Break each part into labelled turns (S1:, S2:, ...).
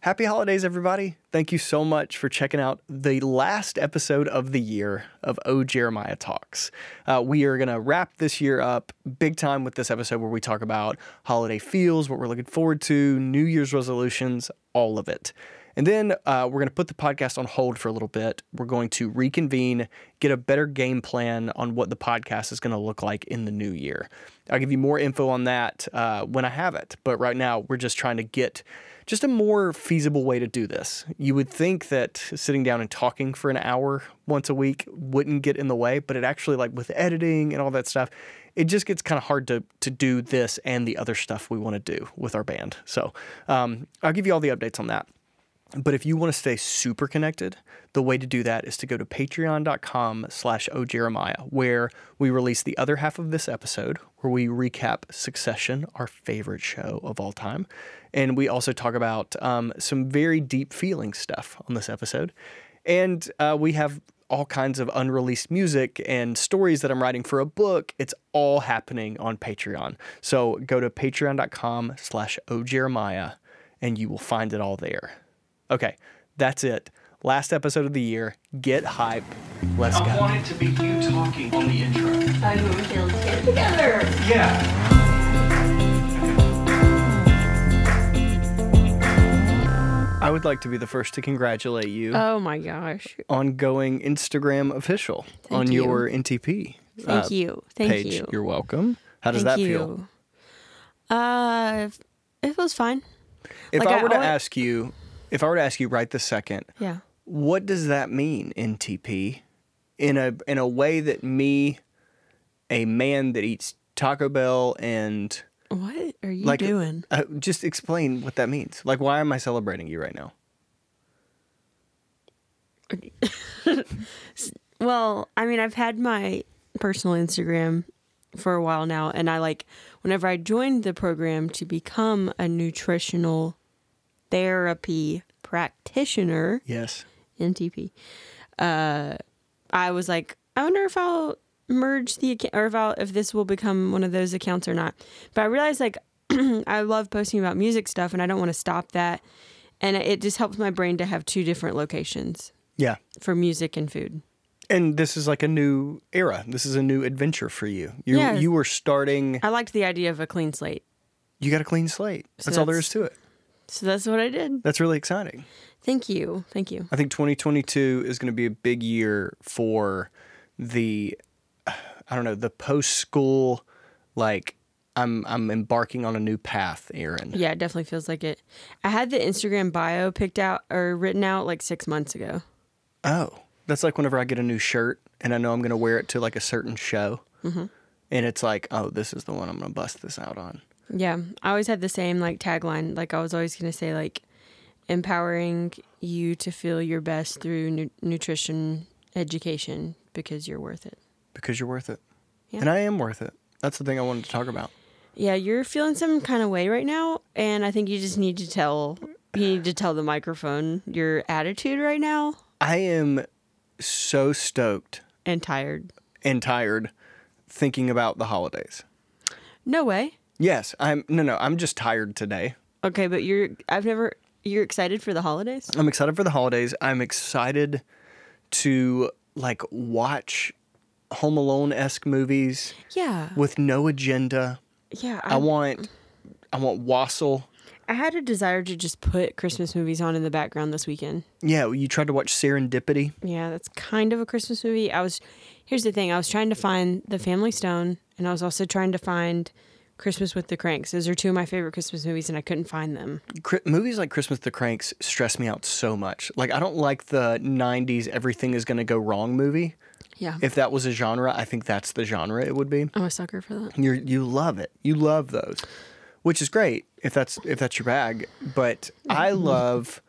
S1: Happy holidays, everybody. Thank you so much for checking out the last episode of the year of Oh Jeremiah Talks. Uh, we are going to wrap this year up big time with this episode where we talk about holiday feels, what we're looking forward to, New Year's resolutions, all of it. And then uh, we're going to put the podcast on hold for a little bit. We're going to reconvene, get a better game plan on what the podcast is going to look like in the new year. I'll give you more info on that uh, when I have it. But right now, we're just trying to get just a more feasible way to do this. You would think that sitting down and talking for an hour once a week wouldn't get in the way, but it actually, like with editing and all that stuff, it just gets kind of hard to to do this and the other stuff we want to do with our band. So um, I'll give you all the updates on that. But if you want to stay super connected, the way to do that is to go to patreon.com slash ojeremiah, where we release the other half of this episode, where we recap Succession, our favorite show of all time. And we also talk about um, some very deep feeling stuff on this episode. And uh, we have all kinds of unreleased music and stories that I'm writing for a book. It's all happening on Patreon. So go to patreon.com slash ojeremiah, and you will find it all there. Okay, that's it. Last episode of the year. Get hype. Let's
S2: I
S1: go.
S2: want it to be you talking on the intro.
S3: Five Little Hills get together.
S2: Yeah.
S1: I would like to be the first to congratulate you
S4: Oh my gosh.
S1: on going Instagram official on
S4: you.
S1: your NTP
S4: Thank
S1: uh,
S4: you. Thank
S1: page.
S4: you.
S1: are welcome. How does
S4: Thank
S1: that feel?
S4: you. Uh, it feels fine.
S1: If
S4: Like,
S1: I
S4: I
S1: were to
S4: always-
S1: ask you, if I were to ask you right this second,
S4: Yeah.
S1: what does that mean NTP in a in a way that me a man that eats Taco Bell and
S4: What are you
S1: like
S4: doing?
S1: uh, just explain what that means. Like why am I celebrating you right now?
S4: Well, I mean, I've had my personal Instagram for a while now, and I like whenever I joined the program to become a nutritional therapy practitioner.
S1: Yes.
S4: NTP. Uh, I was like, I wonder if I'll merge the account or if I'll, if this will become one of those accounts or not. But I realized like I love posting about music stuff and I don't want to stop that. And it just helps my brain to have two different locations
S1: Yeah.
S4: for music and food.
S1: And this is like a new era. This is a new adventure for you. You
S4: Yes.
S1: you were starting
S4: I liked the idea of a clean slate.
S1: you got a clean slate. That's,
S4: So
S1: all there is
S4: that's-
S1: to it.
S4: So that's what I did.
S1: That's really exciting.
S4: Thank you. Thank you.
S1: I think 2022 is going to be a big year for the I don't know, the post-school like I'm I'm embarking on a new path, Aaron.
S4: Yeah, it definitely feels like it. I had the Instagram bio picked out or written out like six months ago.
S1: Oh, that's like whenever I get a new shirt and I know I'm going to wear it to like a certain show.
S4: Mm-hmm.
S1: And it's like, oh, this is the one I'm going to bust this out on.
S4: Yeah, I always had the same like tagline. Like I was always gonna say like, empowering you to feel your best through nu- nutrition education because you're worth it.
S1: because you're worth it.
S4: Yeah.
S1: And I am worth it. That's the thing I wanted to talk about.
S4: Yeah, you're feeling some kind of way right now, and I think you just need to tell you need to tell the microphone your attitude right now
S1: I am so stoked
S4: and tired.
S1: and tired thinking about the holidays.
S4: No way.
S1: Yes, I'm no no, I'm just tired today.
S4: Okay, but you're I've never you're excited for the holidays.
S1: I'm excited for the holidays. I'm excited to like watch Home Alone esque movies
S4: Yeah.
S1: with no agenda.
S4: Yeah.
S1: I want I want Wassel.
S4: I had a desire to just put Christmas movies on in the background this weekend.
S1: Yeah, you tried to watch Serendipity.
S4: Yeah, that's kind of a Christmas movie. I was here's the thing, I was trying to find The Family Stone and I was also trying to find Christmas with the Cranks. Those are two of my favorite Christmas movies and I couldn't find them.
S1: Cri- movies like Christmas with the Cranks stress me out so much. Like I don't like the '90s everything is gonna go wrong movie.
S4: Yeah.
S1: If that was a genre, I think that's the genre it would be.
S4: I'm a sucker for that.
S1: You you love it. You love those, which is great if that's if that's your bag. But I love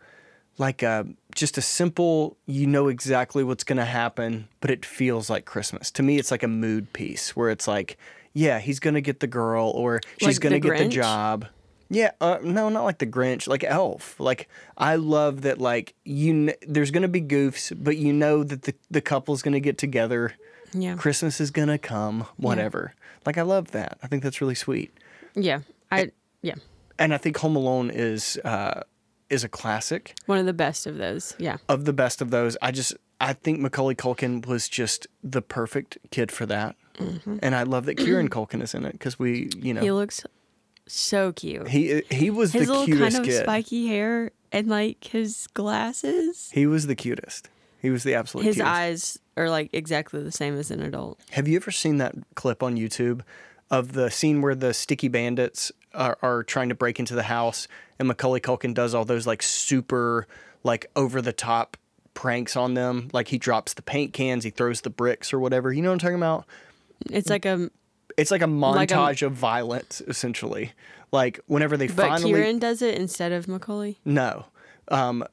S1: like a just a simple. You know exactly what's gonna happen, but it feels like Christmas to me. It's like a mood piece where it's like, yeah, he's gonna get the girl, or she's
S4: Like
S1: gonna
S4: The
S1: get the
S4: Grinch?
S1: job. Yeah, uh, no, not like the Grinch, like Elf. Like I love that. Like you, kn- there's gonna be goofs, but you know that the the couple's gonna get together.
S4: Yeah.
S1: Christmas is gonna come, whatever. Like I love that. I think that's really sweet.
S4: Yeah. I yeah.
S1: And I think Home Alone is uh, is a classic
S4: One of the best of those. Yeah.
S1: of the best of those. I just I think Macaulay Culkin was just the perfect kid for that,
S4: Mm-hmm.
S1: and I love that Kieran Culkin is in it because we you know
S4: He looks so cute.
S1: he he was
S4: his
S1: the
S4: little
S1: cutest
S4: kind of
S1: kid.
S4: spiky hair and like his glasses.
S1: He was the cutest. He was the absolute
S4: His
S1: cutest.
S4: eyes are like exactly the same as an adult.
S1: Have you ever seen that clip on YouTube of the scene where the sticky bandits are, are trying to break into the house and Macaulay Culkin does all those like super like over the top pranks on them? Like he drops the paint cans, he throws the bricks or whatever. You know what I'm talking about? Mm.
S4: It's like a
S1: It's like a
S4: Like um, a-
S1: montage of violence essentially. Like whenever they
S4: but
S1: finally Uh,
S4: Kieran does it instead of Macaulay.
S1: no.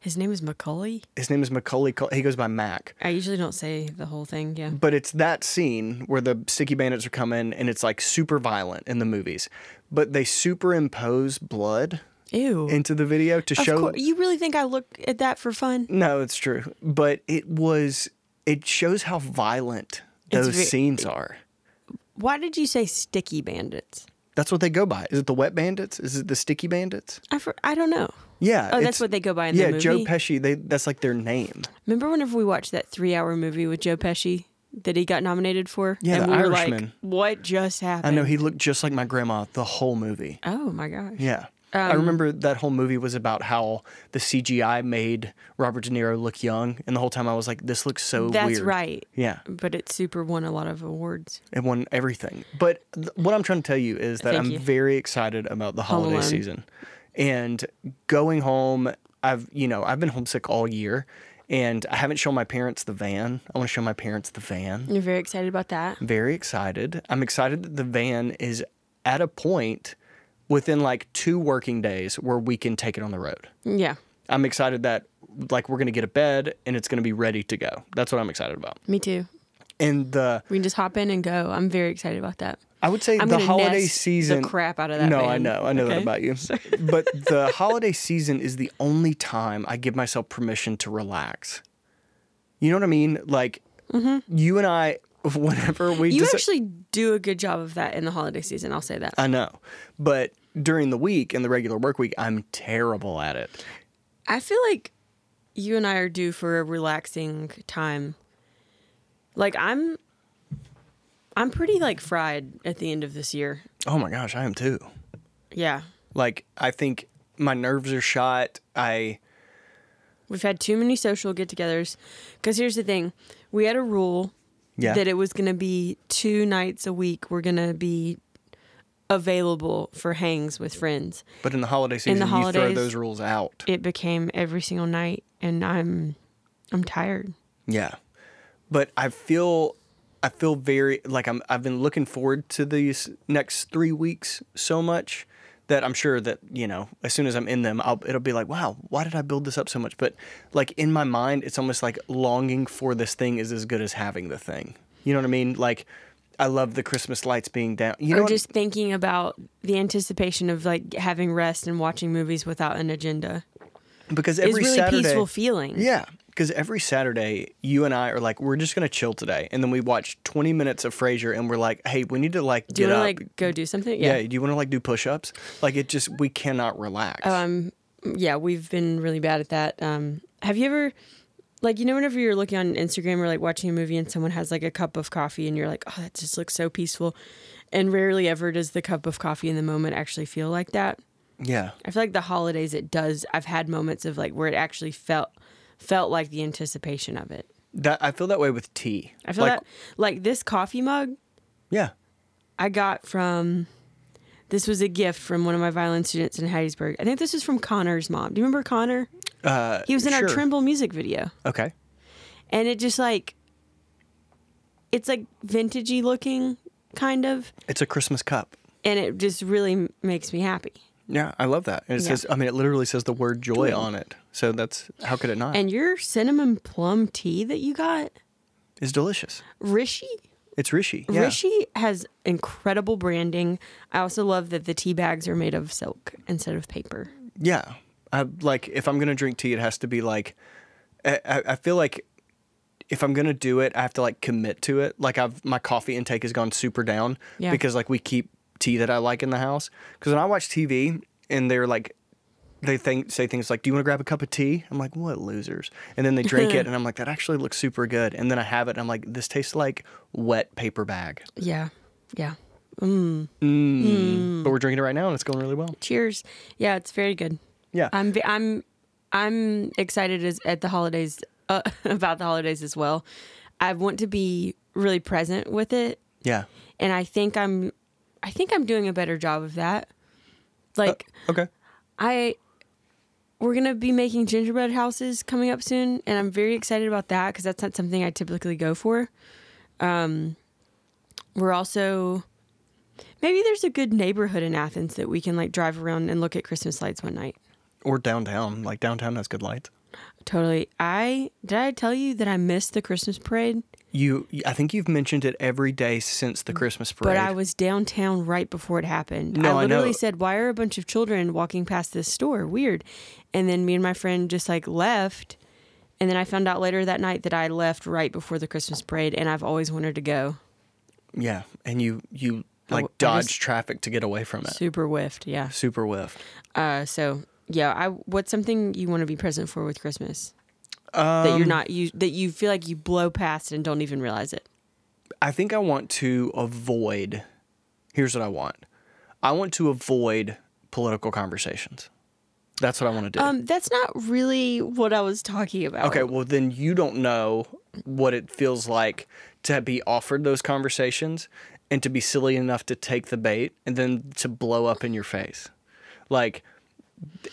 S4: His name is Macaulay.
S1: His name is Macaulay. Cul- He goes by Mac.
S4: I usually don't say the whole thing. Yeah.
S1: but it's that scene where the sticky bandits are coming and it's like super violent in the movies but they superimpose blood
S4: Ew.
S1: into the video to
S4: of
S1: show
S4: course, you really think I look at that for fun?
S1: no it's true but it was it shows how violent
S4: It's
S1: those
S4: ve-
S1: scenes are
S4: Why did you say sticky bandits?
S1: that's what they go by is it the wet bandits is it the sticky bandits
S4: I, for, I don't know.
S1: yeah
S4: Oh, that's
S1: it's-
S4: what they go by in the
S1: yeah
S4: movie.
S1: joe pesci they that's like their name
S4: Remember whenever we watched that three-hour movie with Joe Pesci that he got nominated for?
S1: Yeah,
S4: and
S1: The
S4: we were like,
S1: Irishman.
S4: "What just happened?"
S1: i know he looked just like my grandma the whole movie
S4: Oh my gosh.
S1: Yeah.
S4: Um,
S1: I remember that whole movie was about how the CGI made Robert De Niro look young, and the whole time I was like, "This looks so
S4: That's
S1: weird."
S4: right.
S1: Yeah,
S4: But it super won a lot of awards.
S1: it won everything. But th- what I'm trying to tell you is that
S4: Thank
S1: I'm
S4: you.
S1: very excited about the
S4: Home
S1: holiday
S4: Alone.
S1: season, and going home. I've you know I've been homesick all year, and I haven't shown my parents the van. I want to show my parents the van.
S4: You're very excited about that.
S1: very excited. I'm excited that the van is at a point within like two working days where we can take it on the road.
S4: Yeah.
S1: I'm excited that like we're gonna get a bed and it's gonna be ready to go. That's what I'm excited about.
S4: Me too.
S1: And the
S4: We can just hop in and go. I'm very excited about that.
S1: I would say
S4: I'm
S1: the
S4: gonna
S1: holiday
S4: nest the
S1: season
S4: crap out of that
S1: No, I
S4: van.
S1: know, I know that
S4: Okay.
S1: about you. but the holiday season is the only time I give myself permission to relax. You know what I mean? Like you and I, whenever we
S4: Mm-hmm. You
S1: deci-
S4: actually do a good job of that in the holiday season. I'll say that.
S1: I know. But during the week and the regular work week, I'm terrible at it.
S4: I feel like you and I are due for a relaxing time. Like I'm I'm pretty like fried at the end of this year.
S1: Oh my gosh, I am too.
S4: Yeah.
S1: Like I think my nerves are shot. I
S4: We've had too many social get-togethers cuz here's the thing. We had a rule
S1: yeah.
S4: that it was going to be two nights a week we're going to be available for hangs with friends.
S1: But in the holiday season,
S4: the
S1: you throw
S4: holidays-
S1: those rules out.
S4: It became every single night and I'm I'm tired.
S1: yeah. But I feel I feel very like I'm I've been looking forward to these next 3 weeks so much that I'm sure that, you know, as soon as I'm in them, I'll it'll be like, wow, why did I build this up so much? But like in my mind, it's almost like longing for this thing is as good as having the thing. You know what I mean? Like I love the Christmas lights being down. You know
S4: or
S1: what-
S4: just thinking about the anticipation of like having rest and watching movies without an agenda
S1: because
S4: is
S1: every
S4: really
S1: Saturday
S4: peaceful feeling.
S1: Yeah, because every Saturday you and I are like, we're just gonna chill today, and then we watch twenty minutes of Frasier, and we're like, hey, we need to like
S4: Do you
S1: get
S4: want
S1: up.
S4: to like go do something?
S1: yeah.
S4: Yeah.
S1: do you want to like do push-ups? Like it just we cannot relax.
S4: Um, yeah. we've been really bad at that. Um, have you ever, like, you know, whenever you're looking on Instagram or like watching a movie and someone has like a cup of coffee and you're like, oh, that just looks so peaceful. And rarely ever does the cup of coffee in the moment actually feel like that.
S1: yeah,
S4: I feel like the holidays it does. I've had moments of like where it actually felt felt like the anticipation of it.
S1: that I feel that way with tea.
S4: I feel
S1: like,
S4: that like this coffee mug
S1: Yeah,
S4: I got from this was a gift from one of my violin students in Hattiesburg. I think this was from Connor's mom. Do you remember Connor? Uh, he was in our
S1: sure.
S4: Trimble music video,
S1: okay.
S4: and it just like it's like vintagey looking kind of,
S1: It's a Christmas cup.
S4: and it just really m- makes me happy.
S1: Yeah, I love that. And it
S4: Yeah.
S1: says, I mean, it literally says the word joy on it. So that's how could it not?
S4: And your cinnamon plum tea that you got,
S1: it's delicious.
S4: Rishi.
S1: It's Rishi. Yeah.
S4: Rishi has incredible branding. I also love that the tea bags are made of silk instead of paper.
S1: Yeah. I like if I'm gonna drink tea, it has to be like I, I I feel like if I'm gonna do it, I have to like commit to it. Like I've my coffee intake has gone super down
S4: Yeah.
S1: because like we keep tea that I like in the house. Because when I watch TV and they're like they think say things like, "Do you want to grab a cup of tea?" I'm like, "What losers!" And then they drink it, and I'm like, "That actually looks super good." And then I have it, and I'm like, "This tastes like wet paper bag." Mm.
S4: Yeah. Yeah.
S1: But we're drinking it right now, and it's going really well.
S4: Cheers. Yeah, it's very good.
S1: Yeah,
S4: I'm ve- I'm I'm excited as at the holidays uh, about the holidays as well. I want to be really present with it,
S1: yeah,
S4: and I think I'm I think I'm doing a better job of that. Like
S1: okay,
S4: I we're gonna be making gingerbread houses coming up soon, and I'm very excited about that because that's not something I typically go for. Um, we're also maybe there's a good neighborhood in Athens that we can like drive around and look at Christmas lights one night.
S1: or downtown. Like downtown has good lights.
S4: Totally. I did I tell you that I missed the Christmas parade,
S1: You, I think you've mentioned it every day since the Christmas parade.
S4: Mm. but I was downtown right before it happened.
S1: No, I
S4: I literally
S1: know.
S4: said, "Why are a bunch of children walking past this store? Weird." And then me and my friend just like left, and then I found out later that night that I left right before the Christmas parade, and I've always wanted to go.
S1: yeah, and you you like
S4: I just-
S1: dodge traffic to get away from it.
S4: Super whiffed, yeah.
S1: Super whiff.
S4: Uh, so yeah, I what's something you want to be present for with Christmas? that you're not you that you feel like you blow past and don't even realize it.
S1: I think I want to avoid. Here's what I want. I want to avoid political conversations. That's what I want to do.
S4: Um, that's not really what I was talking about.
S1: okay, well then you don't know what it feels like to be offered those conversations and to be silly enough to take the bait and then to blow up in your face. Like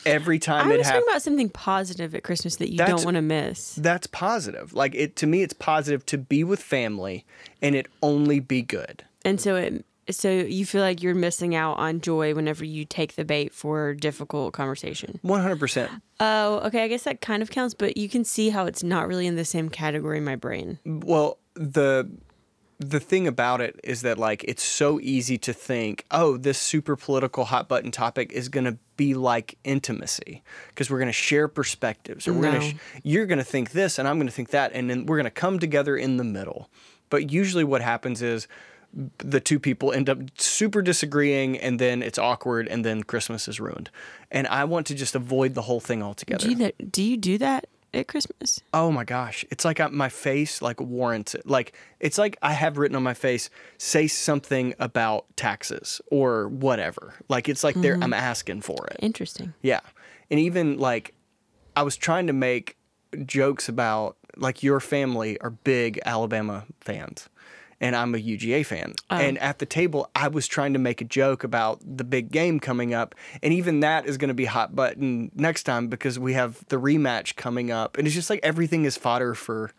S1: every time
S4: I
S1: it
S4: was
S1: happens
S4: talking about something positive at Christmas that you
S1: That's-
S4: don't want to miss.
S1: that's positive. Like it to me it's positive to be with family and it only be good.
S4: And so it so you feel like you're missing out on joy whenever you take the bait for difficult conversation.
S1: 100%.
S4: Oh, okay, I guess that kind of counts, but you can see how it's not really in the same category in my brain.
S1: Well, the the thing about it is that like it's so easy to think, oh, this super political hot button topic is going to be like intimacy because we're going to share perspectives or we're going
S4: No.
S1: to sh- you're going to think this and I'm going to think that and then we're going to come together in the middle. But usually what happens is the two people end up super disagreeing and then it's awkward and then Christmas is ruined. And I want to just avoid the whole thing altogether.
S4: Do you that, do you do that at Christmas?
S1: Oh my gosh. It's like I, my face like warrants it. Like it's like I have written on my face say something about taxes or whatever. Like it's like they're I'm asking for it.
S4: Interesting.
S1: Yeah. And even like I was trying to make jokes about like your family are big Alabama fans and I'm a UGA fan. And at the table I was trying to make a joke about the big game coming up and even that is going to be hot button next time because we have the rematch coming up and it's just like everything is fodder for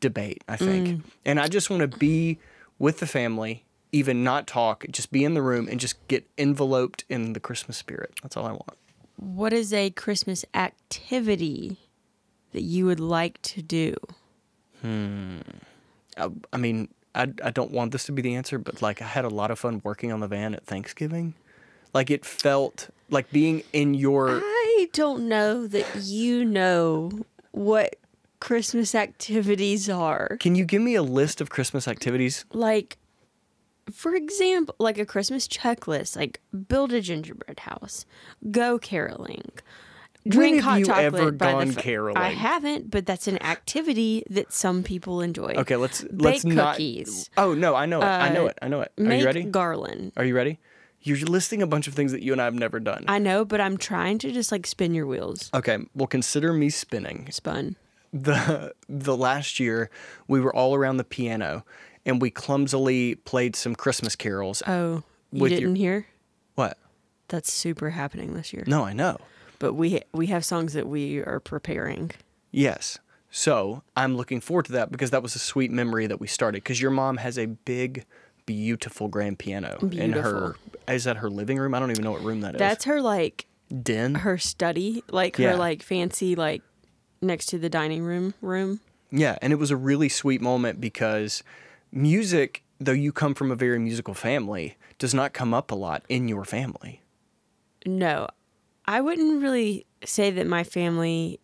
S1: debate, I think. And I just want to be with the family even not talk, just be in the room and just get enveloped in the Christmas spirit. That's all I want.
S4: What is a Christmas activity that you would like to do?
S1: I, uh, I mean, I, I don't want this to be the answer, but like I had a lot of fun working on the van at Thanksgiving. Like it felt like being in your.
S4: I don't know that you know what Christmas activities are.
S1: Can you give me a list of Christmas activities?
S4: Like, for example, like a Christmas checklist, like build a gingerbread house, go caroling, drink
S1: have
S4: hot
S1: you
S4: chocolate.
S1: ever
S4: by the
S1: gone
S4: fi-
S1: caroling?
S4: I haven't, but that's an activity that some people enjoy.
S1: Okay, let's let's
S4: Bake
S1: not.
S4: cookies.
S1: Oh no, I know it. I know
S4: Uh,
S1: it. I know it. Are
S4: Make
S1: you ready?
S4: garland.
S1: Are you ready? You're listing a bunch of things that you and I have never done.
S4: I know, but I'm trying to just like spin your wheels.
S1: okay, well consider me spinning.
S4: Spun.
S1: the the last year we were all around the piano and we clumsily played some Christmas carols.
S4: Oh, you
S1: With your-
S4: didn't hear?
S1: what?
S4: That's super happening this year.
S1: No, I know.
S4: But we we have songs that we are preparing.
S1: Yes. So I'm looking forward to that because that was a sweet memory that we started. Because your mom has a big, beautiful grand piano in her.
S4: Beautiful.
S1: Is that her living room? I don't even know what room that is.
S4: That's her like
S1: den.
S4: her study, like
S1: Yeah.
S4: her like fancy like next to the dining room room.
S1: Yeah, and it was a really sweet moment because music, though you come from a very musical family, does not come up a lot in your family.
S4: No, I wouldn't really say that my family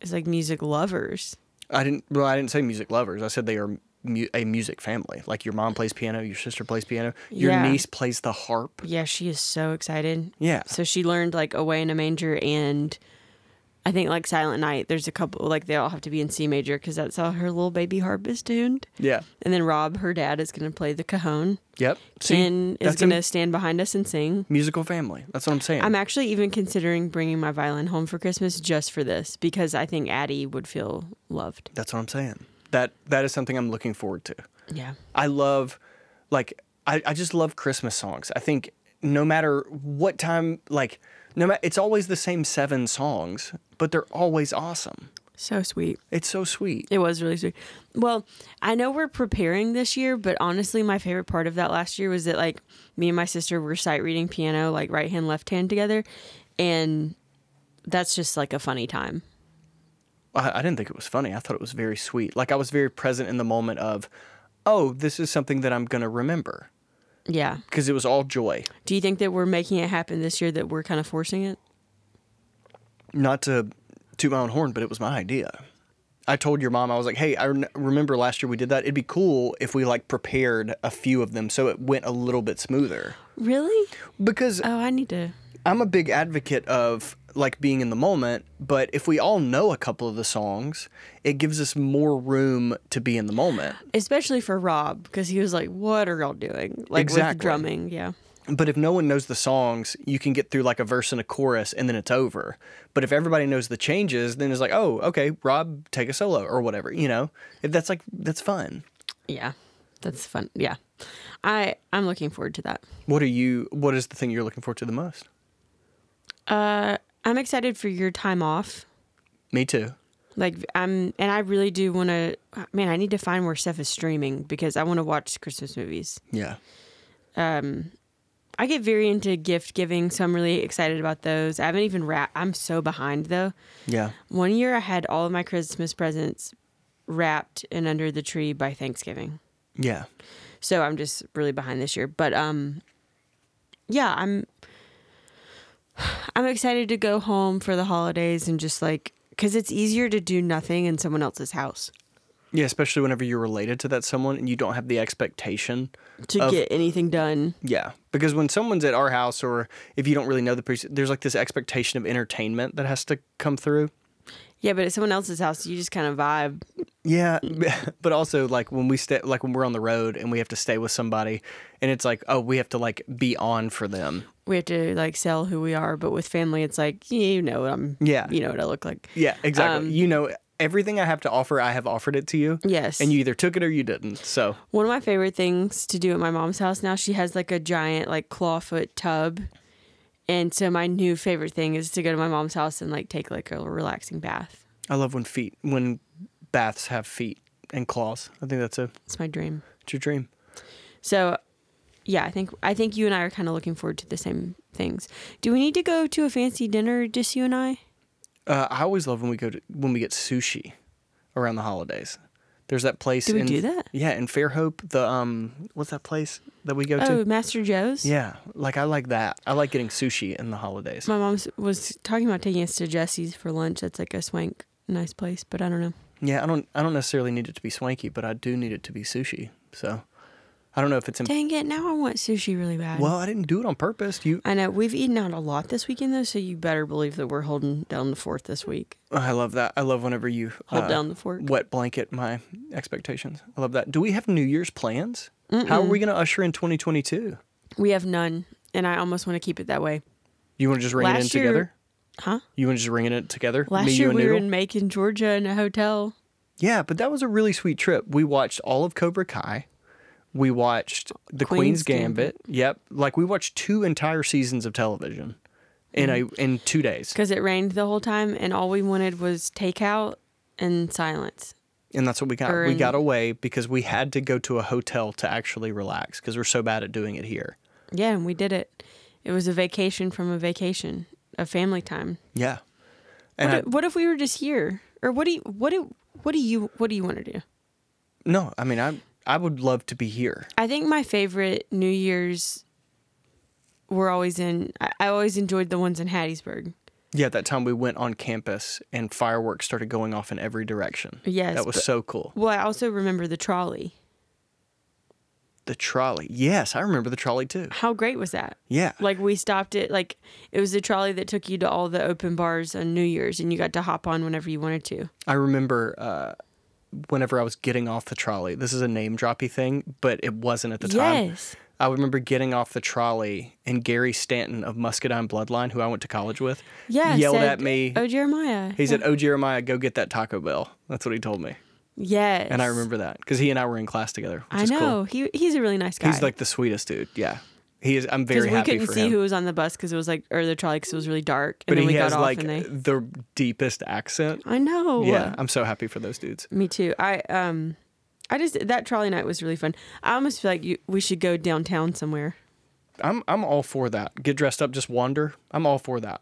S4: is like music lovers.
S1: I didn't. Well, I didn't say music lovers. I said they are mu- a music family. Like your mom plays piano, your sister plays piano, your
S4: Yeah.
S1: niece plays the harp.
S4: Yeah, she is so excited.
S1: Yeah.
S4: So she learned like Away in a Manger and I think like Silent Night. There's a couple like they all have to be in C major because that's how her little baby harp is tuned.
S1: Yeah.
S4: And then Rob, her dad, is gonna play the cajon.
S1: Yep. See,
S4: Ken is
S1: that's a
S4: gonna stand behind us and sing.
S1: musical family. That's what I'm saying.
S4: I'm actually even considering bringing my violin home for Christmas just for this because I think Addie would feel loved.
S1: that's what I'm saying. That that is something I'm looking forward to.
S4: Yeah.
S1: I love, like, I, I just love Christmas songs. I think no matter what time, like, no matter, it's always the same seven songs, but they're always awesome.
S4: So sweet.
S1: It's so sweet.
S4: It was really sweet. Well, I know we're preparing this year, but honestly, my favorite part of that last year was that like me and my sister were sight reading piano, like right hand, left hand together, and that's just like a funny time.
S1: I, I didn't think it was funny. I thought it was very sweet. Like, I was very present in the moment of, oh, this is something that I'm going to remember
S4: Yeah.
S1: because it was all joy.
S4: Do you think that we're making it happen this year? That we're kind of forcing it?
S1: Not to toot my own horn, but it was my idea. I told your mom, I was like, hey, I rem- remember last year we did that. It'd be cool if we like prepared a few of them so it went a little bit smoother.
S4: Really?
S1: Because
S4: Oh, I need to.
S1: I'm a big advocate of like being in the moment, but if we all know a couple of the songs, it gives us more room to be in the moment.
S4: Especially for Rob, because he was like, "What are y'all doing?" Like
S1: Exactly.
S4: with drumming. Yeah.
S1: But if no one knows the songs, you can get through like a verse and a chorus and then it's over. But if everybody knows the changes, then it's like, oh, okay, Rob, take a solo or whatever, you know? If that's like, that's fun.
S4: Yeah. That's fun. Yeah. I I'm looking forward to that.
S1: What are you, what is the thing you're looking forward to the most?
S4: I'm excited for your time off.
S1: Me too.
S4: Like I'm, and I really do want to. Man, I need to find where stuff is streaming because I want to watch Christmas movies.
S1: Yeah.
S4: I get very into gift giving, so I'm really excited about those. I haven't even wrapped. I'm so behind though.
S1: Yeah.
S4: One year I had all of my Christmas presents wrapped and under the tree by Thanksgiving,
S1: Yeah.
S4: so I'm just really behind this year. But um, yeah, I'm. I'm excited to go home for the holidays and just like because it's easier to do nothing in someone else's house.
S1: Yeah, especially whenever you're related to that someone and you don't have the expectation
S4: to
S1: of-
S4: get anything done.
S1: Yeah, because when someone's at our house, or if you don't really know the person, there's like this expectation of entertainment that has to come through.
S4: Yeah, but at someone else's house, you just kind of vibe.
S1: Yeah, but also like when we stay, like when we're on the road and we have to stay with somebody, and it's like, oh, we have to like be on for them.
S4: We have to like sell who we are, but with family, it's like you know what I'm.
S1: Yeah.
S4: you know what I look like.
S1: Yeah, exactly.
S4: Um,
S1: you know, everything I have to offer, I have offered it to you.
S4: Yes.
S1: and you either took it or you didn't. So
S4: One of my favorite things to do at my mom's house now, she has like a giant like clawfoot tub, and so my new favorite thing is to go to my mom's house and like take like a relaxing bath.
S1: I love when feet, when baths have feet and claws. I think that's a
S4: It's my dream.
S1: it's your dream.
S4: So, yeah, I think I think you and I are kind of looking forward to the same things. Do we need to go to a fancy dinner, just you and I?
S1: Uh, I always love when we go to when we get sushi around the holidays. There's that place.
S4: Do we
S1: in,
S4: do that?
S1: Yeah, in Fairhope, the um, what's that place that we go
S4: Oh,
S1: to?
S4: Master Joe's.
S1: Yeah, like I like that. I like getting sushi in the holidays.
S4: My mom was talking about taking us to Jesse's for lunch. That's like a swank, nice place, but I don't know.
S1: yeah, I don't I don't necessarily need it to be swanky, but I do need it to be sushi. So I don't know if it's in.
S4: Dang it, now I want sushi really bad.
S1: Well, I didn't do it on purpose. You,
S4: I know we've eaten out a lot this weekend though, so you better believe that we're holding down the fort this week.
S1: I love that. I love whenever you uh,
S4: Hold down the fork.
S1: Wet blanket my expectations. I love that. Do we have New Year's plans? How are we going to usher in 2022?
S4: We have none, and I almost want to keep it that way.
S1: You want to just ring it in
S4: Last year-
S1: together?
S4: Huh?
S1: You want to just ringing it together?
S4: Last
S1: me, you,
S4: year
S1: and
S4: we were
S1: Noodle?
S4: in Macon, Georgia, in a hotel.
S1: Yeah, but that was a really sweet trip. We watched all of Cobra Kai. We watched The Queen's,
S4: Queen's
S1: Gambit. Yep, like we watched two entire seasons of television in
S4: Mm.
S1: a in two days,
S4: Because it rained the whole time, and all we wanted was takeout and silence.
S1: and that's what we got.
S4: Or
S1: We
S4: in-
S1: got away because we had to go to a hotel to actually relax because we're so bad at doing it here.
S4: Yeah, and we did it. It was a vacation from a vacation, a family time.
S1: Yeah, and
S4: what, if- what if we were just here? Or what do you what do what do you what do you want to do?
S1: I, no, I mean I I would love to be here.
S4: I think my favorite New Year's were always in. I, I always enjoyed the ones in Hattiesburg
S1: Yeah, that time we went on campus and fireworks started going off in every direction.
S4: Yes,
S1: That was
S4: but-
S1: so cool.
S4: Well, I also remember the trolley.
S1: The trolley. Yes, I remember the trolley too.
S4: How great was that?
S1: Yeah.
S4: Like we stopped it. Like it was the trolley that took you to all the open bars on New Year's, and you got to hop on whenever you wanted to.
S1: I remember uh, whenever I was getting off the trolley, this is a name droppy thing, but it wasn't at the time.
S4: Yes.
S1: I remember getting off the trolley and Gary Stanton of Muscadine Bloodline, who I went to college with,
S4: Yeah.
S1: yelled
S4: said,
S1: at me.
S4: Oh, Jeremiah.
S1: He said, Oh, Jeremiah, go get that Taco Bell. That's what he told me.
S4: Yes.
S1: And I remember that because he and I were in class together. Which
S4: I
S1: is
S4: know he he's a really nice
S1: Cool.
S4: guy.
S1: He's like the sweetest dude. Yeah. He is. I'm very
S4: we
S1: happy
S4: couldn't
S1: for
S4: see
S1: him.
S4: who was on the bus because it was like or the trolley because it was really dark. And
S1: but
S4: then
S1: he
S4: we
S1: has
S4: got off
S1: like
S4: and they.
S1: the deepest accent.
S4: I know.
S1: Yeah. I'm so happy for those dudes.
S4: Me too. I um, I just that trolley night was really fun. I almost feel like you, we should go downtown somewhere.
S1: I'm, I'm all for that. Get dressed up, just wander. I'm all for that.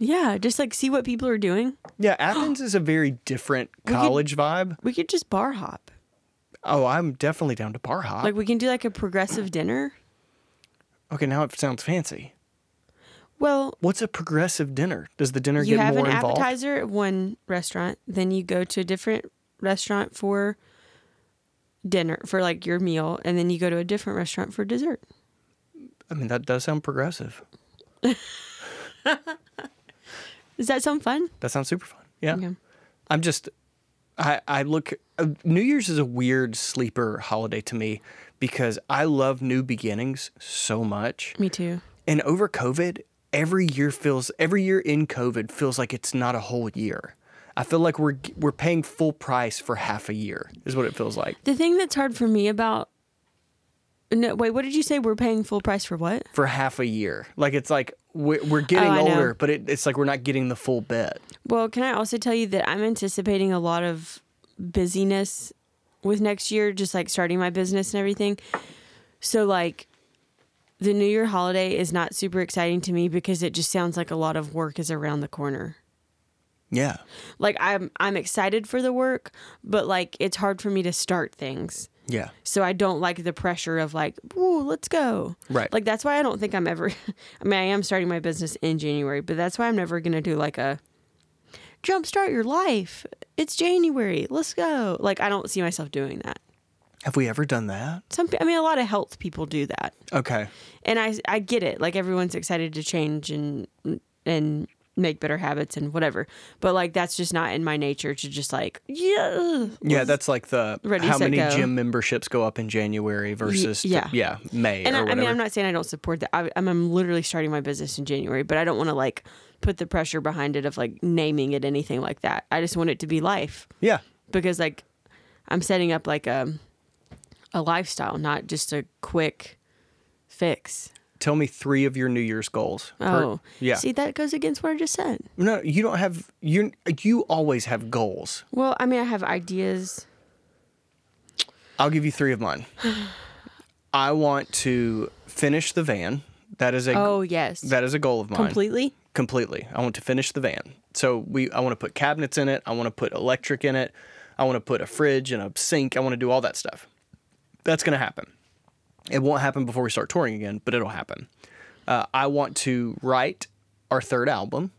S4: Yeah, just like see what people are doing.
S1: Yeah, Athens is a very different college vibe.
S4: We could just bar hop.
S1: Oh, I'm definitely down to bar hop.
S4: Like we can do like a progressive dinner.
S1: okay, now it sounds fancy.
S4: Well,
S1: What's a progressive dinner? Does the dinner
S4: you
S1: get
S4: have
S1: more
S4: an
S1: involved?
S4: appetizer at one restaurant, then you go to a different restaurant for dinner for like your meal, and then you go to a different restaurant for dessert.
S1: I mean, that does sound progressive.
S4: Does that sound fun?
S1: That sounds super fun. Yeah.
S4: Okay.
S1: I'm just, I, I look, uh, New Year's is a weird sleeper holiday to me because I love new beginnings so much.
S4: Me too.
S1: And over COVID, every year feels every year in COVID feels like it's not a whole year. I feel like we're we're paying full price for half a year is what it feels like
S4: The thing that's hard for me about no wait, what did you say? We're paying full price for what?
S1: for half a year. Like it's like we're, we're getting
S4: Oh, I know.
S1: older, but it, it's like we're not getting the full bet.
S4: Well, can I also tell you that I'm anticipating a lot of busyness with next year, just like starting my business and everything. So, like, the New Year holiday is not super exciting to me because it just sounds like a lot of work is around the corner.
S1: Yeah,
S4: Like, I'm I'm excited for the work, but like, it's hard for me to start things.
S1: yeah.
S4: So I don't like the pressure of like, ooh, let's go.
S1: Right.
S4: Like that's why I don't think I'm ever. I mean, I am starting my business in January, but that's why I'm never gonna do like a jumpstart your life. It's January. Let's go. Like I don't see myself doing that.
S1: Have we ever done that?
S4: Some, I mean, a lot of health people do that,
S1: Okay,
S4: and I I get it. Like everyone's excited to change and and make better habits and whatever, but like that's just not in my nature to just like yeah.
S1: yeah. That's like the
S4: Ready,
S1: how
S4: set,
S1: many
S4: go.
S1: gym memberships go up in January versus
S4: yeah.
S1: yeah May
S4: And
S1: or
S4: I, I
S1: whatever.
S4: mean, I'm not saying I don't support that. I, I'm, I'm literally starting my business in January, but I don't want to like put the pressure behind it of like naming it anything like that. I just want it to be life
S1: yeah,
S4: because like I'm setting up like a a lifestyle, not just a quick fix.
S1: tell me three of your New Year's goals. per-
S4: Oh,
S1: yeah.
S4: See, that goes against what I just said.
S1: No, you don't have you. You always have goals.
S4: Well, I mean, I have ideas.
S1: I'll give you three of mine. I want to finish the van. That is a
S4: Oh yes,
S1: that is a goal of mine.
S4: completely.
S1: Completely. I want to finish the van. So we. I want to put cabinets in it. I want to put electric in it. I want to put a fridge and a sink. I want to do all that stuff. That's gonna happen. It won't happen before we start touring again, but it'll happen. Uh, I want to write our third album.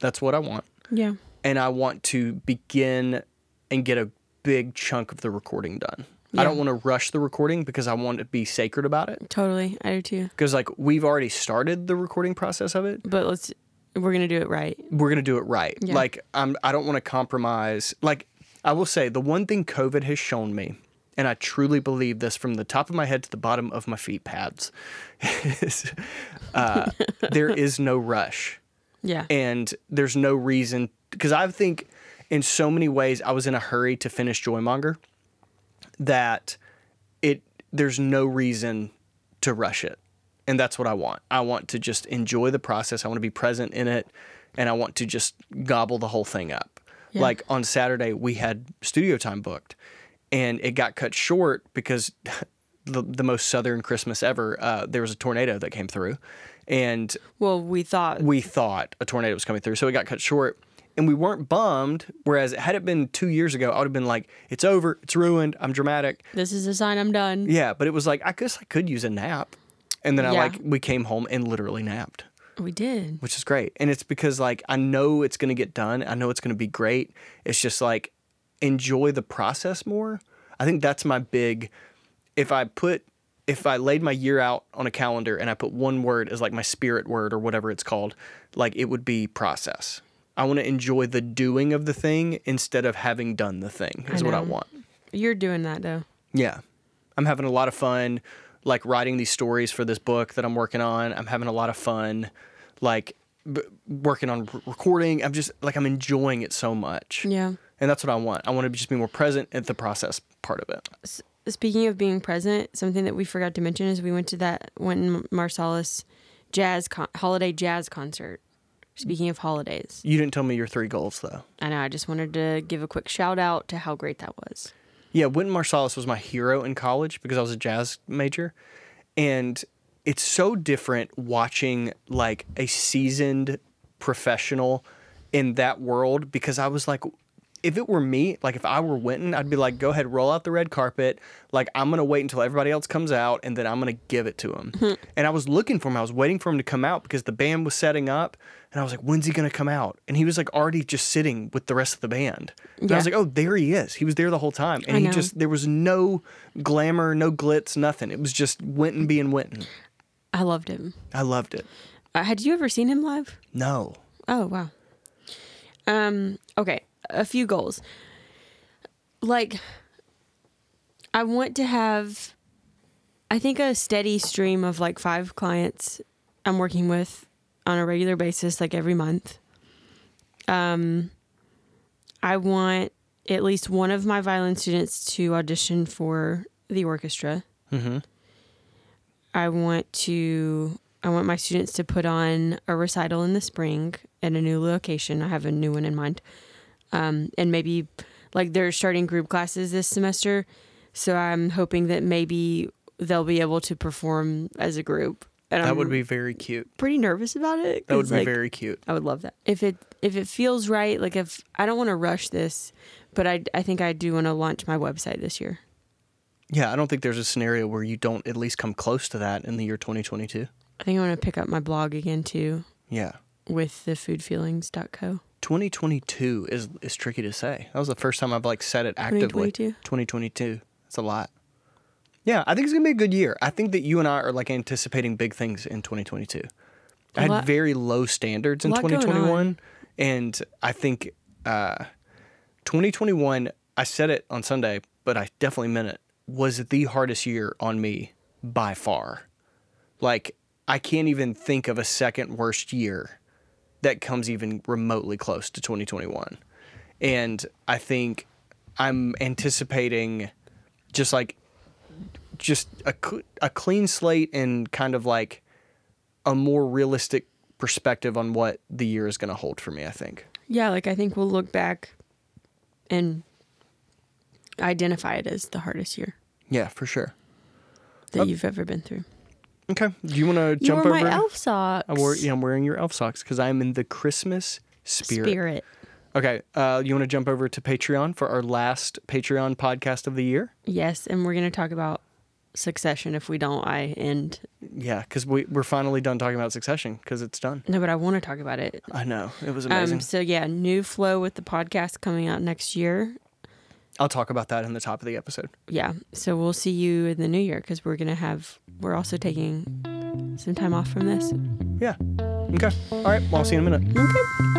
S1: That's what I want
S4: Yeah.
S1: and I want to begin and get a big chunk of the recording done. I don't want to rush the recording because I want to be sacred about it.
S4: Totally, I do too.
S1: Because like we've already started the recording process of it,
S4: But let's we're gonna do it right.
S1: we're gonna do it right.
S4: Yeah.
S1: Like I'm, I don't want to compromise. Like I will say, the one thing COVID has shown me, and I truly believe this from the top of my head to the bottom of my feet pads, is uh, there is no rush.
S4: Yeah.
S1: and there's no reason because I think in so many ways I was in a hurry to finish Joymonger that it there's no reason to rush it. And that's what I want. I want to just enjoy the process. I want to be present in it and I want to just gobble the whole thing up.
S4: Yeah.
S1: Like on Saturday we had studio time booked and it got cut short because the, the most southern Christmas ever, uh, there was a tornado that came through and
S4: well, we thought
S1: we thought a tornado was coming through, so it got cut short. And we weren't bummed. Whereas had it been two years ago, I would have been like, "It's over. It's ruined. I'm dramatic."
S4: this is a sign I'm done.
S1: Yeah, but it was like I guess I could use a nap. And then I
S4: Yeah.
S1: like we came home and literally napped.
S4: We did.
S1: which is great. And it's because like I know it's going to get done. I know it's going to be great. It's just like enjoy the process more. I think that's my big if I put if I laid my year out on a calendar and I put one word as like my spirit word or whatever it's called, like it would be process. I want to enjoy the doing of the thing instead of having done the thing. Is what I
S4: know.
S1: want.
S4: You're doing that though.
S1: Yeah. I'm having a lot of fun like writing these stories for this book that I'm working on. I'm having a lot of fun like b- working on r recording. I'm just like I'm enjoying it so much.
S4: Yeah.
S1: And that's what I want. I want to just be more present at the process part of it.
S4: Speaking of being present, something that we forgot to mention is we went to that Wynton Marsalis jazz con- holiday jazz concert. Speaking of holidays,
S1: You didn't tell me your three goals though.
S4: I know I just wanted to give a quick shout out to how great that was.
S1: Yeah, Wynton Marsalis was my hero in college because I was a jazz major. And it's so different watching like a seasoned professional in that world because I was like, if it were me, like if I were Wynton, I'd be like, go ahead, roll out the red carpet. Like, I'm going to wait until everybody else comes out and then I'm going to give it to him. and I was looking for him. I was waiting for him to come out because the band was setting up. And I was like, when's he going to come out? And he was like already just sitting with the rest of the band. And I was
S4: Yeah.
S1: like, oh, there he is. He was there the whole time. And
S4: I
S1: he
S4: know.
S1: just, there was no glamour, no glitz, nothing. It was just Winton being Winton.
S4: I loved him.
S1: I loved it.
S4: Uh, had you ever seen him live?
S1: No.
S4: Oh wow. Um. Okay. A few goals. Like, I want to have, I think, a steady stream of like five clients I'm working with on a regular basis, like every month. Um, I want at least one of my violin students to audition for the orchestra.
S1: Mm-hmm.
S4: I want to I want my students to put on a recital in the spring at a new location. I have a new one in mind. Um, and maybe like they're starting group classes this semester, so I'm hoping that maybe they'll be able to perform as a group. And
S1: That
S4: I'm
S1: would be very cute.
S4: pretty nervous about it.
S1: That would
S4: 'cause,
S1: be
S4: Um, like,
S1: very cute.
S4: I would love that. If it if it feels right, like if I don't want to rush this, but I I think I do want to launch my website this year.
S1: Yeah, I don't think there's a scenario where you don't at least come close to that in the year 2022.
S4: I think I want to pick up my blog again too
S1: Yeah.
S4: with the foodfeelings.co.
S1: 2022 is is tricky to say. That was the first time I've like said it actively.
S4: 2022?
S1: 2022. That's a lot. Yeah, I think it's going to be a good year. I think that you and I are like anticipating big things in 2022. I had
S4: lot-
S1: very low standards in
S4: lot going on.
S1: 2021 and I think uh 2021, I said it on Sunday, but I definitely meant it, was the hardest year on me by far. Like, I can't even think of a second worst year that comes even remotely close to 2021. And I think I'm anticipating just like, just a, cl- a clean slate and kind of like a more realistic perspective on what the year is going to hold for me, I think.
S4: Yeah, like I think we'll look back and identify it as the hardest year
S1: Yeah, for sure.
S4: that
S1: Oh.
S4: you've ever been through.
S1: Okay. Do you want to
S4: You
S1: jump
S4: were
S1: over?
S4: my elf socks.
S1: I wore, yeah, I'm wearing your elf socks because I'm in the Christmas spirit.
S4: spirit.
S1: Okay. Uh, you want to jump over to Patreon for our last Patreon podcast of the year?
S4: Yes, and we're gonna talk about succession. If we don't, I end.
S1: Yeah, because we, we're finally done talking about Succession because it's done.
S4: No, but I want to talk about it.
S1: I know. It was amazing.
S4: Um, so yeah, new flow with the podcast coming out next year.
S1: I'll talk about that in the top of the episode.
S4: Yeah, so we'll see you in the new year because we're gonna have. We're also taking some time off from this.
S1: Yeah. Okay. All right. Well, I'll see you in a minute.
S4: Okay.